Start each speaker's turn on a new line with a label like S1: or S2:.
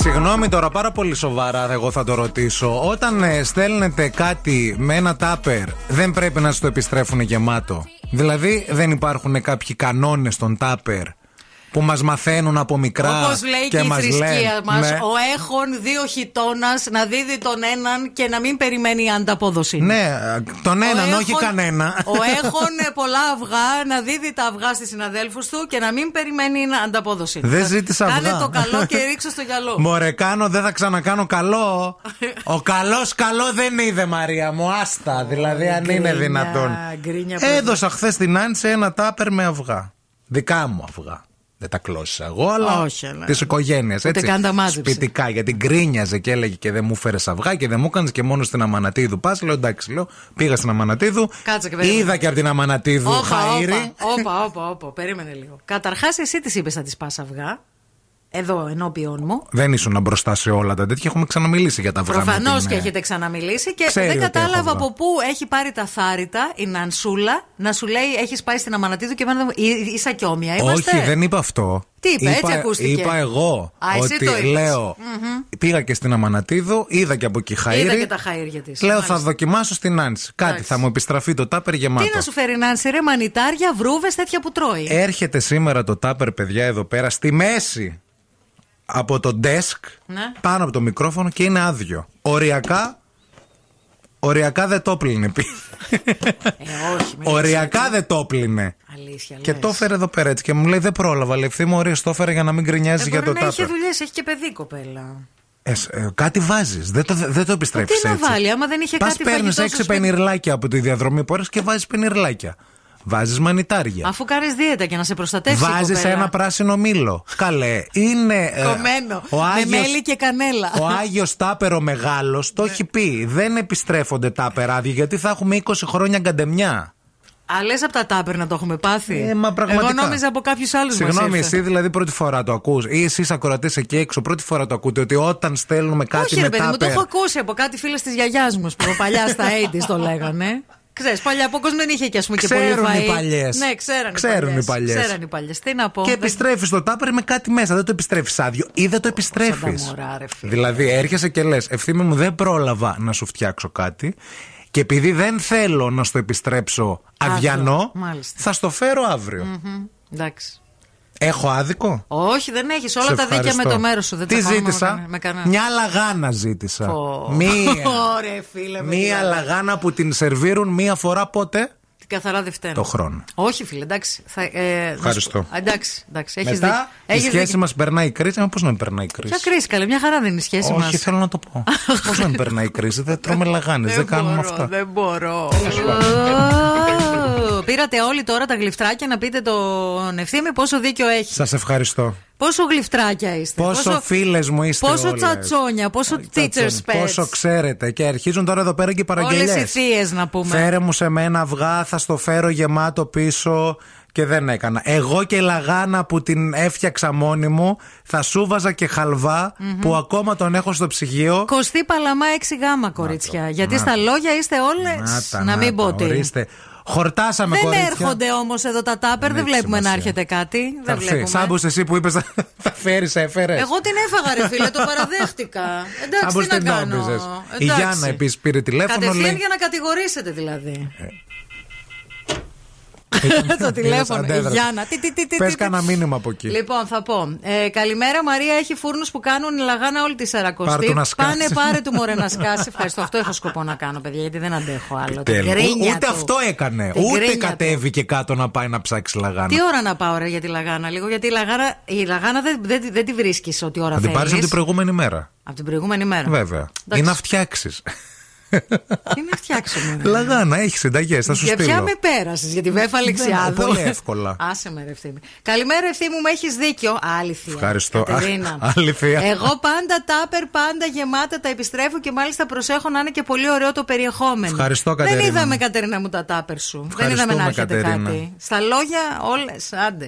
S1: Συγγνώμη τώρα, πάρα πολύ σοβαρά εγώ θα το ρωτήσω. Όταν ε, στέλνετε κάτι με ένα τάπερ, δεν πρέπει να στο επιστρέφουν γεμάτο. Δηλαδή, δεν υπάρχουν κάποιοι κανόνες στον τάπερ που μας μαθαίνουν από μικρά.
S2: Όπως λέει και,
S1: και
S2: η
S1: μας
S2: θρησκεία
S1: λένε,
S2: μας,
S1: ναι.
S2: ο έχων δύο χιτώνας να δίδει τον έναν και να μην περιμένει η ανταπόδοση.
S1: Ναι, τον
S2: Ο
S1: έναν, όχι
S2: έχων-
S1: κανένα.
S2: Ο έχων ε, πολλά αυγά να δίδει τα αυγά στις συναδέλφους του και να μην περιμένει η ανταπόδοση.
S1: Δεν
S2: Θα-
S1: ζήτησα
S2: Κάνε
S1: αυγά.
S2: το καλό και ρίξε στο γυαλό.
S1: Μωρέ, κάνω, δεν θα ξανακάνω καλό. Ο καλός καλό δεν είδε, Μαρία μου. Άστα, δηλαδή, αν είναι
S2: γκρίνια,
S1: δυνατόν.
S2: γκρίνια που
S1: Έδωσα χθες την Άννη σε ένα τάπερ με αυγά. Δικά μου αυγά. Δεν τα κλώσσα εγώ, αλλά
S2: Όχι, αλλά-
S1: τη οικογένεια.
S2: Ούτε καν τα μάζεψε.
S1: Σπιτικά, γιατί γκρίνιαζε και έλεγε και δεν μου φέρες αυγά και δεν μου έκανες και μόνο στην Αμανατίδου. Πας, λέω εντάξει, λέω. Πήγα στην Αμανατίδου.
S2: Κάτσε και περίμενε.
S1: Είδα και από την Αμανατίδου
S2: Όπα,
S1: χαΐρι.
S2: όπα, όπα, όπα, όπα, περίμενε λίγο. Καταρχάς, εσύ της είπες να της πας αυγά. Εδώ ενώπιον μου.
S1: Δεν ήσουν μπροστά σε όλα τα τέτοια. Έχουμε ξαναμιλήσει για τα αυγά. με
S2: Προφανώ
S1: την,
S2: και
S1: ε,
S2: έχετε ξαναμιλήσει και
S1: Ξέρει
S2: δεν
S1: ότι έχω αυγά.
S2: κατάλαβα από πού έχει πάρει τα θάρητα η Νανσούλα να σου λέει: Έχεις πάει στην Αμανατίδου και εμένα δεν μου- Ή- Ίσα και όμοια είμαστε.
S1: Όχι, δεν είπα αυτό.
S2: Τι είπε, έτσι ακούστηκε.
S1: Είπα εγώ
S2: Α, εσύ
S1: ότι
S2: το είπες.
S1: λέω. Πήγα και στην Αμανατίδου, είδα και από εκεί χαίρι.
S2: Είδα και τα χαΐρια της.
S1: Λέω
S2: Μάλιστα.
S1: θα δοκιμάσω στην Άνση. Κάτι,
S2: Εντάξει.
S1: θα μου επιστραφεί το Ε, τάπερ γεμάτο.
S2: Τι να σου φέρει Νάνση, ρε μανιτάρια, βρούβες τέτοια που τρώει.
S1: Έρχεται σήμερα το τάπερ, παιδιά, εδώ πέρα στη μέση από το desk,
S2: Ναι.
S1: πάνω από το μικρόφωνο και είναι άδειο. Οριακά. Οριακά δεν το πλύνε. πει.
S2: Ε, όχι, μην
S1: Οριακά δεν το πλύνε.
S2: Αλήθεια.
S1: Και
S2: λες.
S1: το έφερε εδώ πέρα έτσι και μου λέει δεν πρόλαβα. Λευθεί μου ωραίο, το έφερε για να μην
S2: Ε,
S1: γκρινιάζει για
S2: μπορεί
S1: το
S2: να
S1: τάπερ.
S2: έχει δουλειές, έχει και παιδί κοπέλα.
S1: Ε, σ- ε, κάτι βάζεις. Δεν το, δεν το επιστρέφει.
S2: Ε, Τι να βάλει, άμα δεν είχε κάτι
S1: παίρνει
S2: φαγητό στο
S1: έξι
S2: σπίτι.
S1: πενιρλάκια από τη διαδρομή που έρχεσαι και βάζεις πενιρλάκια. Βάζεις μανιτάρια.
S2: Αφού κάνεις δίαιτα και να σε προστατεύσει. η
S1: Βάζεις
S2: κοπέλα.
S1: ένα πράσινο μήλο. Καλέ. Είναι. ε,
S2: Κομμένο. Με μέλι και κανέλα. Ναι.
S1: Ο Άγιος Τάπερο Μεγάλος το έχει πει. Δεν επιστρέφονται τα περάδια γιατί θα έχουμε 20 χρόνια γκαντεμιά.
S2: Α, λες από τα τάπερ να το έχουμε πάθει.
S1: Ε, μα πραγματικά.
S2: Εγώ νόμιζα από κάποιους άλλους μας.
S1: Συγγνώμη, εσύ δηλαδή πρώτη φορά το ακούς ή εσείς ακροατές εκεί έξω πρώτη φορά το ακούτε ότι όταν στέλνουμε κάτι
S2: Όχι, ρε
S1: με
S2: παιδί μου, το
S1: τάπερ-
S2: έχω ακούσει από κάτι φίλες της γιαγιάς μου, που παλιά στα 80s το λέγανε. Ξέρεις, παλιά από κόσμο δεν είχε και ας πούμε και
S1: Ξέρουν
S2: πολύ φαΐ.
S1: οι παλιές.
S2: Ναι, ξέραν,
S1: Ξέρουν οι
S2: οι
S1: παλιές.
S2: παλιές. Ξέραν οι παλιές. Τι να πω.
S1: Και
S2: δεν-
S1: επιστρέφεις το τάπερ με κάτι μέσα. Δεν το επιστρέφεις άδειο ή δεν το επιστρέφει.
S2: σαν τα μωρά, ρε φίλε.
S1: Δηλαδή έρχεσαι και λες: Ευθύμη μου, δεν πρόλαβα να σου φτιάξω κάτι. Και επειδή δεν θέλω να στο επιστρέψω
S2: Άδειο,
S1: αδιανό,
S2: μάλιστα.
S1: θα στο φέρω αύριο.
S2: Μμμ, Εντάξει.
S1: Έχω άδικο.
S2: Όχι, δεν έχεις. Όλα
S1: Σε
S2: τα δίκαια
S1: ευχαριστώ.
S2: με το μέρος σου. Δεν
S1: Τι
S2: τα χάνομαι
S1: ζήτησα.
S2: Με κανένα.
S1: Μια λαγάνα ζήτησα.
S2: Πω.
S1: Μία.
S2: Ωρε, φίλε, με
S1: Μία
S2: διάλα.
S1: λαγάνα που την σερβίρουν μία φορά πότε.
S2: Την καθαρά δεν φταίνω.
S1: Το χρόνο.
S2: Όχι, φίλε, εντάξει. Θα, ε, να σου-
S1: Ευχαριστώ.
S2: Α, Εντάξει, εντάξει. Έχεις
S1: Μετά
S2: δίκιο. Έχεις
S1: η σχέση
S2: δίκιο.
S1: μας περνάει η κρίση. Μα πώς να μην περνάει η κρίση.
S2: Ποια κρίση, καλέ, μια χαρά δεν είναι η σχέση μα.
S1: Όχι, θέλω να το πω. Πώς να μην περνάει η κρίση, δεν τρώμε λαγάνες, δεν κάνουμε αυτά.
S2: Δεν Ναι, μπορώ. Ω, Πήρατε όλοι τώρα τα γλυφτράκια να πείτε τον ευθύμη πόσο δίκιο έχεις.
S1: Σας ευχαριστώ.
S2: Πόσο γλυφτράκια είστε.
S1: Πόσο φίλες μου είστε.
S2: Πόσο
S1: όλες.
S2: τσατσόνια, πόσο teacher's pets.
S1: Πόσο ξέρετε. Και αρχίζουν τώρα εδώ πέρα και οι
S2: Όλες οι
S1: παραγγελίες.
S2: θείες να πούμε.
S1: Φέρε μου σε μένα αυγά, θα στο φέρω γεμάτο πίσω. Και δεν έκανα. Εγώ και η λαγάνα που την έφτιαξα μόνη μου, θα σούβαζα και χαλβα που ακόμα τον έχω στο ψυγείο.
S2: Κωστή Παλαμά 6 γάμα, κορίτσια. Γιατί στα λόγια είστε όλες.
S1: τα,
S2: Να, μην
S1: τα,
S2: πω τι.
S1: ορίστε. Χορτάσαμε
S2: Δεν
S1: κορίτσια.
S2: έρχονται όμως εδώ τα τάπερ, δεν
S1: έχει
S2: βλέπουμε να
S1: σημασία.
S2: έρχεται κάτι.
S1: Θα
S2: Δεν
S1: έρθει.
S2: βλέπουμε.
S1: Σάμπος εσύ που είπες θα φέρεις, έφερες.
S2: Εγώ την έφαγα, ρε φίλε, το παραδέχτηκα. Εντάξει,
S1: Σάμπος
S2: τι να
S1: την
S2: κάνω.
S1: νόμιζες. Η
S2: Εντάξει.
S1: Γιάννα επίσης πήρε τηλέφωνο.
S2: Κατευθείαν
S1: Λέει, Ε.
S2: για να κατηγορήσετε δηλαδή. το τηλέφωνο. Η
S1: Αντέδρασε.
S2: Γιάννα. Τι, τι, τι, τι,
S1: Πες
S2: τι.
S1: κανένα μήνυμα από εκεί.
S2: Λοιπόν, θα πω. Ε, καλημέρα, Μαρία. Έχει φούρνους που κάνουν λαγάνα όλη τη
S1: Πάρ' του
S2: Σαρακοστή.
S1: να σκάσει.
S2: Πάνε, πάρε του μωρέ να σκάσει. Ευχαριστώ. Αυτό έχω σκοπό να κάνω, παιδιά, γιατί δεν αντέχω άλλο. Την
S1: Τέλεια.
S2: γκρίνια
S1: Ούτε
S2: του.
S1: αυτό έκανε.
S2: Την
S1: Ούτε
S2: γκρίνια του.
S1: κατέβηκε κάτω να πάει να ψάξει λαγάνα.
S2: Τι ώρα να πάω ρε για τη λαγάνα λίγο, γιατί η λαγάνα, η λαγάνα δεν, δεν, δεν τη βρίσκεις ό,τι ώρα
S1: Θα την
S2: θέλεις.
S1: πάρεις από την προηγούμενη μέρα.
S2: Από την προηγούμενη μέρα.
S1: Βέβαια.
S2: Ναι. Εντάξει.
S1: Ή να φτιάξεις.
S2: Τι να φτιάξουμε. ρε.
S1: Λαγάνα, έχεις συνταγέ, θα σου
S2: Ναι. Για ποια
S1: στείλω. Ναι,
S2: με πέρασες, για τη Βέφα Αλεξιάδου.
S1: πολύ εύκολα.
S2: Άσε με, ρε ευθύμη. Καλημέρα, ευθύμη μου, έχεις δίκιο. Αλήθεια.
S1: Ευχαριστώ.
S2: Κατερίνα.
S1: Α, αλήθεια.
S2: Εγώ πάντα τάπερ, πάντα γεμάτα τα επιστρέφω και μάλιστα προσέχω να είναι και πολύ ωραίο το περιεχόμενο.
S1: Ευχαριστώ, Κατερίνα
S2: Δεν είδαμε,
S1: μου.
S2: Κατερίνα μου, τα τάπερ σου. Δεν
S1: Ευχαριστούμε,
S2: είδαμε να έρχεται
S1: Κατερίνα.
S2: κάτι. Στα λόγια, όλες, άντε.